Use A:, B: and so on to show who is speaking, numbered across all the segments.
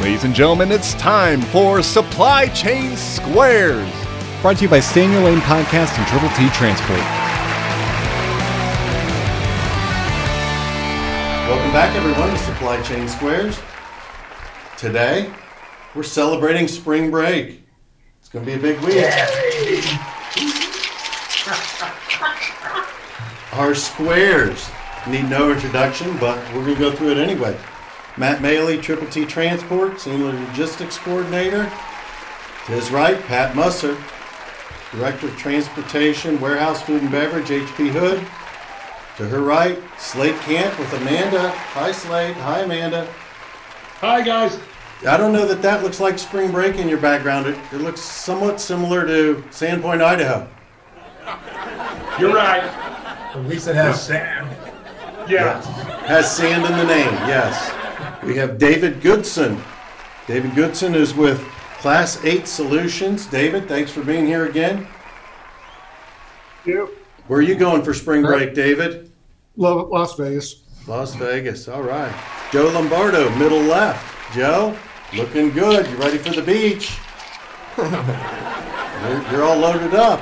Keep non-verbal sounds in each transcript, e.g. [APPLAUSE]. A: Ladies and gentlemen, it's time for Supply Chain Squares.
B: Brought to you by Stay in Your Lane Podcast and Triple T Transport.
C: Welcome back, everyone, to Supply Chain Squares. Today, we're celebrating spring break. It's going to be a big week. Our squares need no introduction, but we're going to go through it anyway. Matt Maley, Triple T Transport, Senior Logistics Coordinator. To his right, Pat Musser, Director of Transportation, Warehouse Food and Beverage, HP Hood. To her right, Slade Camp with Amanda. Hi, Slade. Hi, Amanda.
D: Hi guys.
C: I don't know that that looks like spring break in your background. It, it looks somewhat similar to Sandpoint, Idaho.
D: You're right.
E: At least it has sand.
D: Yeah.
C: Has sand in the name, yes. We have David Goodson. David Goodson is with Class 8 Solutions. David, thanks for being here again.
F: Yep.
C: Where are you going for spring break, David?
F: Lo- Las Vegas.
C: Las Vegas. All right. Joe Lombardo, middle left. Joe, looking good. You ready for the beach? [LAUGHS] you're, you're all loaded up.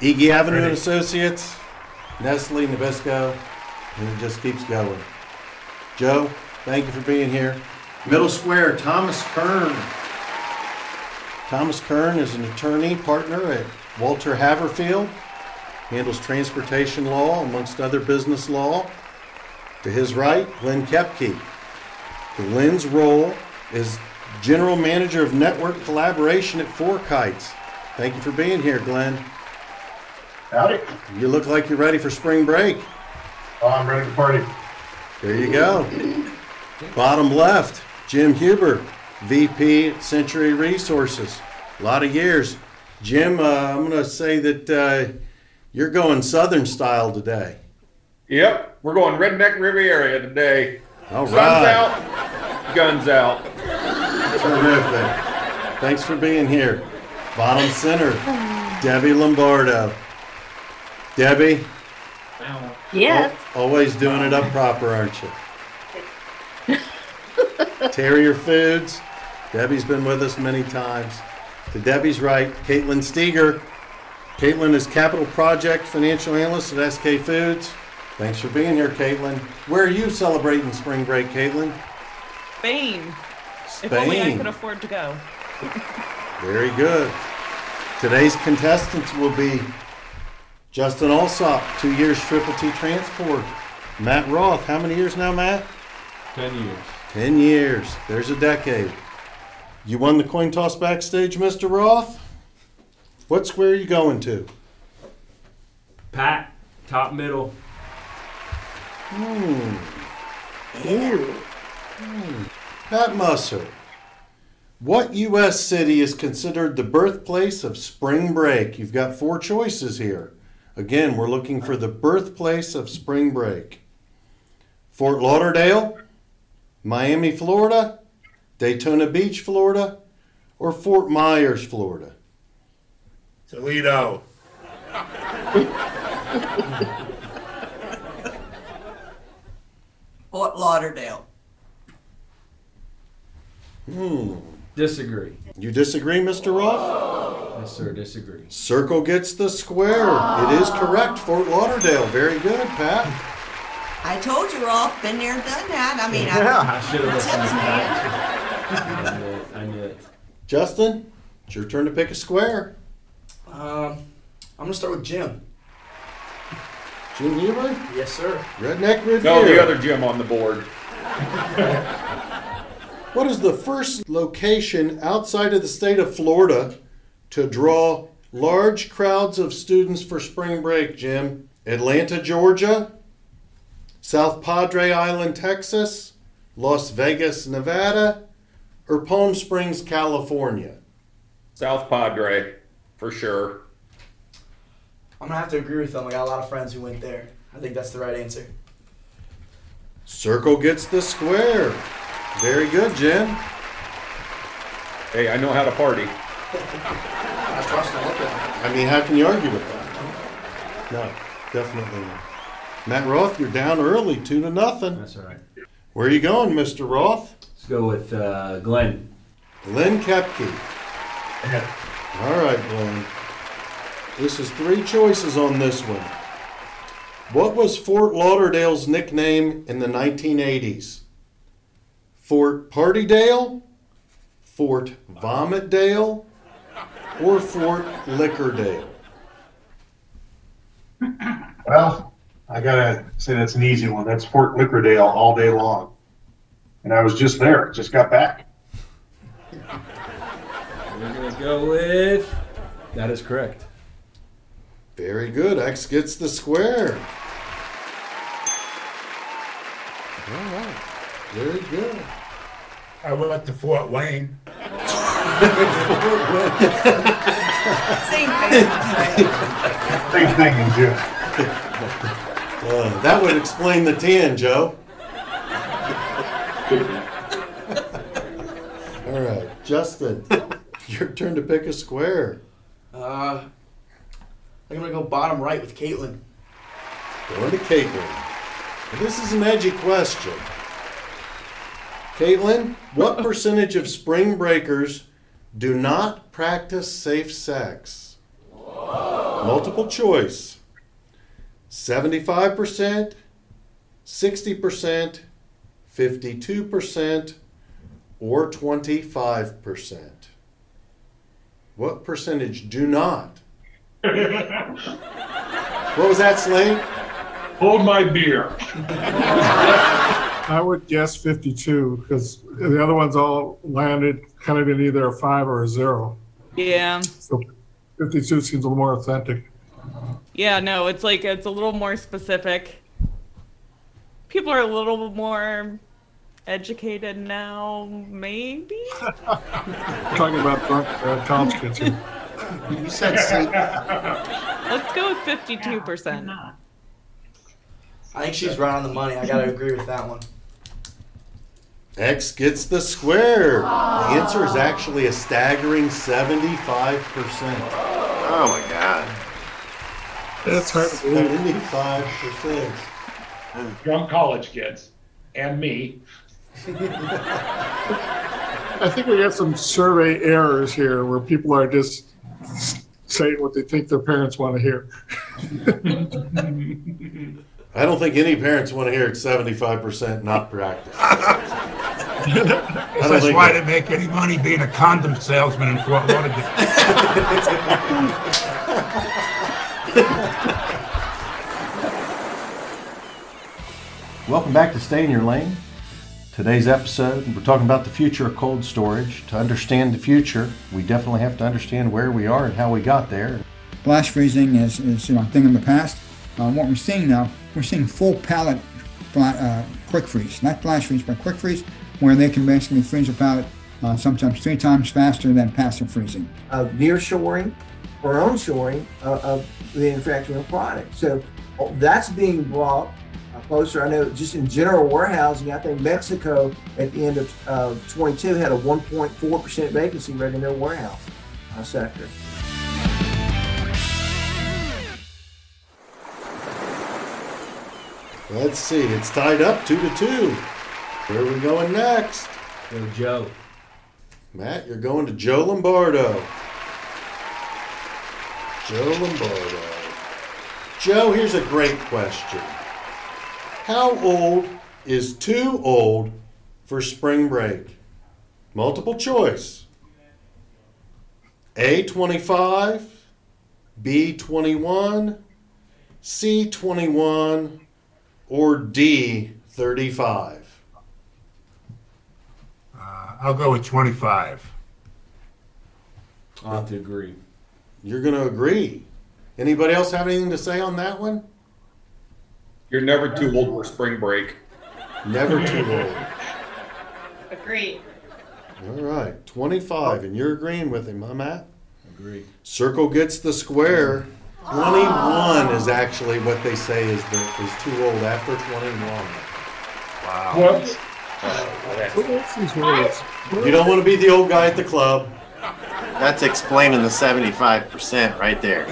C: Iggy Avenue and Associates, Nestle, Nabisco, and it just keeps going. Joe, thank you for being here. Middle Square, Thomas Kern. Thomas Kern is an attorney partner at Walter Haverfield, handles transportation law amongst other business law. To his right, Glenn Kepke. Glenn's role is General Manager of Network Collaboration at Four Kites. Thank you for being here, Glenn.
E: Howdy.
C: You look like you're ready for spring break.
E: Oh, I'm ready to party.
C: There you go. Bottom left, Jim Huber, VP at Century Resources. A lot of years. Jim, uh, I'm going to say that uh, you're going Southern style today.
D: Yep. We're going Redneck Riviera today.
C: All
D: Sun's
C: right.
D: out. Guns out.
C: Terrific. Thanks for being here. Bottom center, Debbie Lombardo. Debbie,
G: Yes.
C: always doing it up proper, aren't you? Terrier Foods. Debbie's been with us many times. To Debbie's right, Caitlin Steger. Caitlin is capital project financial analyst at SK Foods. Thanks for being here, Caitlin. Where are you celebrating spring break, Caitlin?
H: Spain. If
C: Spain.
H: only I could afford to go.
C: Very good. Today's contestants will be Justin Alsop, two years Triple T Transport. Matt Roth, how many years now, Matt? Ten years. Ten years. There's a decade. You won the coin toss backstage, Mr. Roth? What square are you going to?
I: Pat, top middle.
C: Hmm. Pat Musser. Hmm. What U.S. city is considered the birthplace of spring break? You've got four choices here. Again, we're looking for the birthplace of spring break Fort Lauderdale, Miami, Florida, Daytona Beach, Florida, or Fort Myers, Florida.
E: Toledo.
J: Fort Lauderdale.
I: Disagree.
C: You disagree, Mr. Roth?
I: Yes, sir, disagree.
C: Circle gets the square. It is correct. Fort Lauderdale. Very good, Pat.
J: I told you all, been there, done that. I mean,
I: I should have listened to Pat. I knew it. I knew it.
C: Justin, it's your turn to pick a square.
K: Um, I'm gonna start with Jim.
C: Jim Huber,
K: Yes, sir.
C: Redneck Riviera.
D: No, the other Jim on the board.
C: What is the first location outside of the state of Florida to draw large crowds of students for spring break, Jim? Atlanta, Georgia? South Padre Island, Texas? Las Vegas, Nevada? Or Palm Springs, California?
D: South Padre, for sure.
K: I'm gonna have to agree with them. I got a lot of friends who went there. I think that's the right answer.
C: Circle gets the square. Very good, Jim.
D: Hey, I know how to party.
K: I trust them. Look at
C: I mean, how can you argue with that? No, definitely not. Matt Roth, you're down early, two to nothing.
I: That's all right.
C: Where are you going, Mr. Roth?
L: go with uh, Glenn.
C: Glenn Kepke. All right, Glenn. This is three choices on this one. What was Fort Lauderdale's nickname in the 1980s? Fort Partydale, Fort Vomitdale, or Fort Liquordale?
E: Well, I gotta say that's an easy one. That's Fort Lickerdale all day long. And I was just there, just got back.
L: We're gonna go with. That is correct.
C: Very good. X gets the square. All right. Very good.
E: I went to Fort Wayne.
J: Same thing.
E: Same thing in June.
C: Uh, that would explain the 10, Joe. All right, Justin, [LAUGHS] your turn to pick a square.
K: Uh, I'm gonna go bottom right with Caitlin.
C: Going to Caitlin. And This is an edgy question. Caitlin, what percentage of spring breakers do not practice safe sex? Multiple choice 75%, 60%, 52%, or 25%? What percentage do not? What was that, Slade?
E: Hold my beer.
F: I would guess 52 because the other ones all landed kind of in either a five or a zero.
H: Yeah.
F: So 52 seems a little more authentic.
H: Yeah, no, it's like it's a little more specific. People are a little more educated now, maybe?
F: We're talking about drunk uh, college kids here.
K: You said safe.
H: Let's go with 52%.
K: I think she's right on the money. I gotta agree with that one.
C: X gets the square. The answer is actually a staggering 75%. Oh my god.
F: That's hard to believe.
C: 75%.
E: Drunk college kids. And me.
F: I think we got some survey errors here where people are just saying what they think their parents want to hear.
C: I don't think any parents want to hear it's 75% not practice.
E: This is why they make any money being a condom salesman in Fort Lauderdale.
C: Welcome back to Stay in Your Lane. Today's episode, we're talking about the future of cold storage. To understand the future, we definitely have to understand where we are and how we got there.
M: Flash freezing is, is you know, a thing in the past. Uh, what we're seeing now, we're seeing full pallet fla- uh, quick freeze, not flash freeze, but quick freeze, where they can basically freeze a pallet uh, sometimes three times faster than passive freezing.
N: of nearshoring or onshoring of, of the manufacturing of products. So oh, that's being brought closer. I know just in general warehousing, I think Mexico at the end of uh, 22 had a 1.4% vacancy rate in their warehouse uh, sector.
C: Let's see, it's tied up two to two. Where are we going next?
L: Go Joe.
C: Matt, you're going to Joe Lombardo. Joe Lombardo. Joe, here's a great question. How old is too old for spring break? Multiple choice. A 25, B 21, C 21, or D 35.
E: I'll go with 25.
L: I have to agree.
C: You're going to agree. Anybody else have anything to say on that one?
D: You're never too old for spring break.
C: Never too old.
I: Agree.
C: All right, 25, and you're agreeing with him, huh, Matt?
L: Agree.
C: Circle gets the square. 21 is actually what they say is the, is too old after 21. Wow.
E: What?
C: You don't want to be the old guy at the club.
O: That's explaining the 75% right there.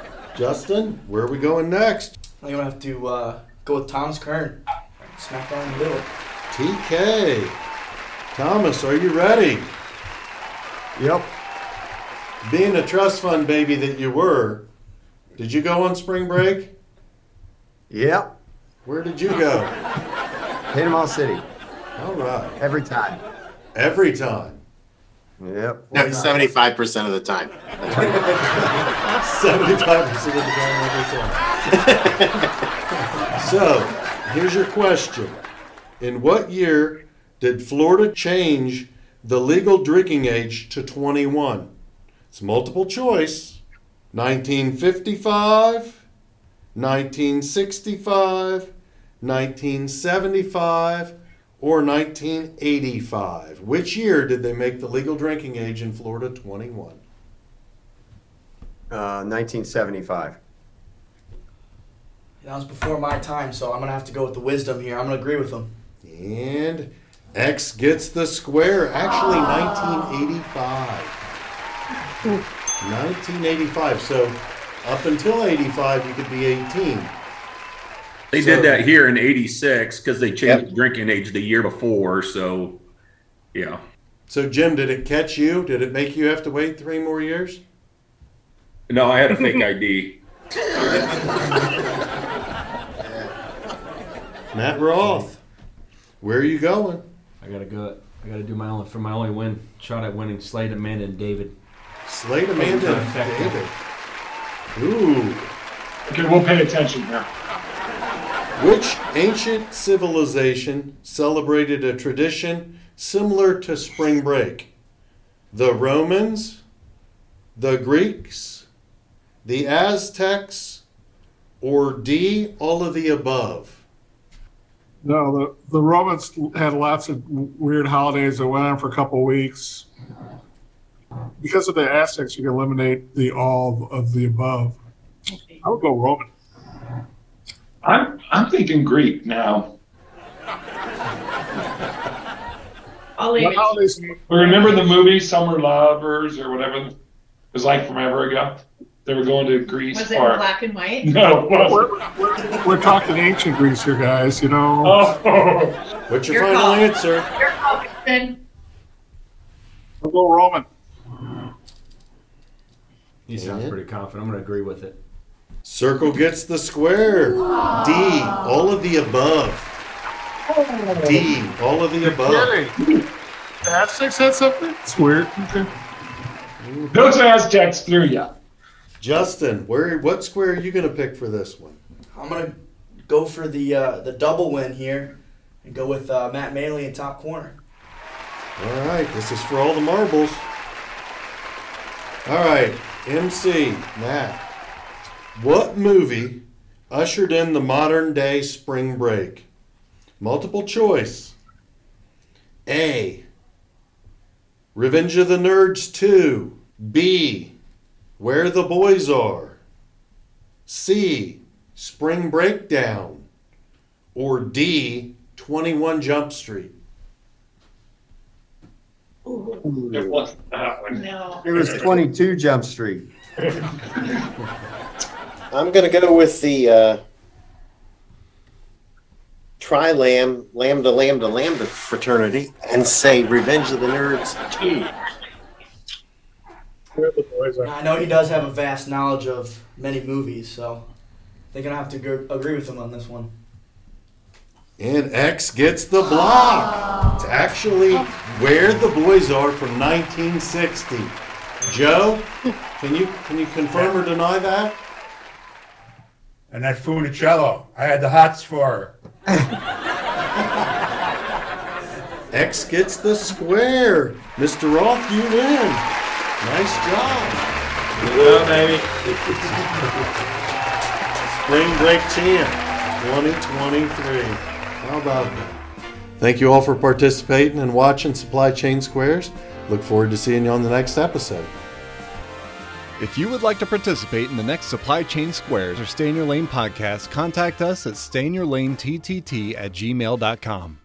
C: [LAUGHS] Justin, where are we going next?
K: I'm gonna have to uh, go with Tom's Kern. smack down in the middle.
C: TK. Thomas, are you ready? Yep. Being a trust fund baby that you were, did you go on spring break?
P: Yep.
C: Where did you go?
P: Panama City.
C: All right.
P: Every time.
C: Every time.
P: Yep.
O: No, seventy-five percent of the time.
C: Seventy-five percent of the time. like I said. so, here's your question: In what year did Florida change the legal drinking age to 21? It's multiple choice. 1955, 1965, 1975, or 1985? Which year did they make the legal drinking age in Florida 21?
P: Uh, 1975.
K: That was before my time, so I'm gonna have to go with the wisdom here. I'm gonna agree with them.
C: And X gets the square. Actually, 1985. 1985. So up until 85, you could be 18.
D: They did that here in '86 because they changed the drinking age the year before. So, yeah.
C: So, Jim, did it catch you? Did it make you have to wait three more years?
D: No, I had
C: [LAUGHS]
D: a fake ID.
C: Matt Roth, where are you going?
L: I gotta go. I gotta do my only for my only win shot at winning. Slade, Amanda, and David.
C: Slade, Amanda, and David. Ooh.
E: Okay, we'll pay attention here.
C: Which ancient civilization celebrated a tradition similar to spring break? The Romans, the Greeks, the Aztecs, or D, all of the above?
F: No, the, the Romans had lots of weird holidays that went on for a couple weeks. Because of the Aztecs, you can eliminate the all of the above. I would go Roman.
E: I'm I'm thinking Greek now.
G: I'll leave
F: What
G: it.
F: holidays?
E: Remember the movie Summer Lovers or whatever it was like forever ago? They were going to Greece.
G: Was it in
E: or-
G: black and
E: [LAUGHS]
G: white?
E: No, it wasn't.
F: We're talking ancient Greece here, guys. You know.
E: Oh.
C: What's your,
G: Your
C: final
G: call.
C: answer?
G: Your call, Kristen.
F: I'll go Roman.
L: He sounds pretty confident. I'm gonna agree with it.
C: Circle gets the square. D, all of the above. D, all of the above.
F: Kidding. The Aztecs had something. It's weird. Okay.
E: Those Aztecs threw you.
C: Justin, where what square are you going to pick for this one?
K: I'm gonna go for the uh, the double win here and go with uh, Matt Maley in top corner.
C: All right, this is for all the marbles. All right, MC, Matt. What movie ushered in the modern day spring break? Multiple choice. A. Revenge of the Nerds 2. B. Where the Boys Are. C. Spring Breakdown. Or D. 21 Jump Street.
E: It wasn't that one.
G: No.
P: It was 22 Jump Street.
O: I'm gonna go with the uh, Tri Lam Lambda Lambda Lambda fraternity and say Revenge of the Nerds two.
K: Now, I know he does have a vast knowledge of many movies, so I think I'm gonna have to go- agree with him on this one.
C: And X gets the block. It's actually where the boys are from 1960. Joe, can you can you confirm or deny that?
Q: And that funicello, I had the hots for her.
C: X gets the square. Mr. Roth, you win. Nice job.
D: Yeah, baby.
C: Spring break champ 2023. How about that? Thank you all for participating and watching Supply Chain Squares. Look forward to seeing you on the next episode.
B: If you would like to participate in the next Supply Chain Squares or Stay in Your Lane podcast, contact us at stayinyourlanettt at gmail.com.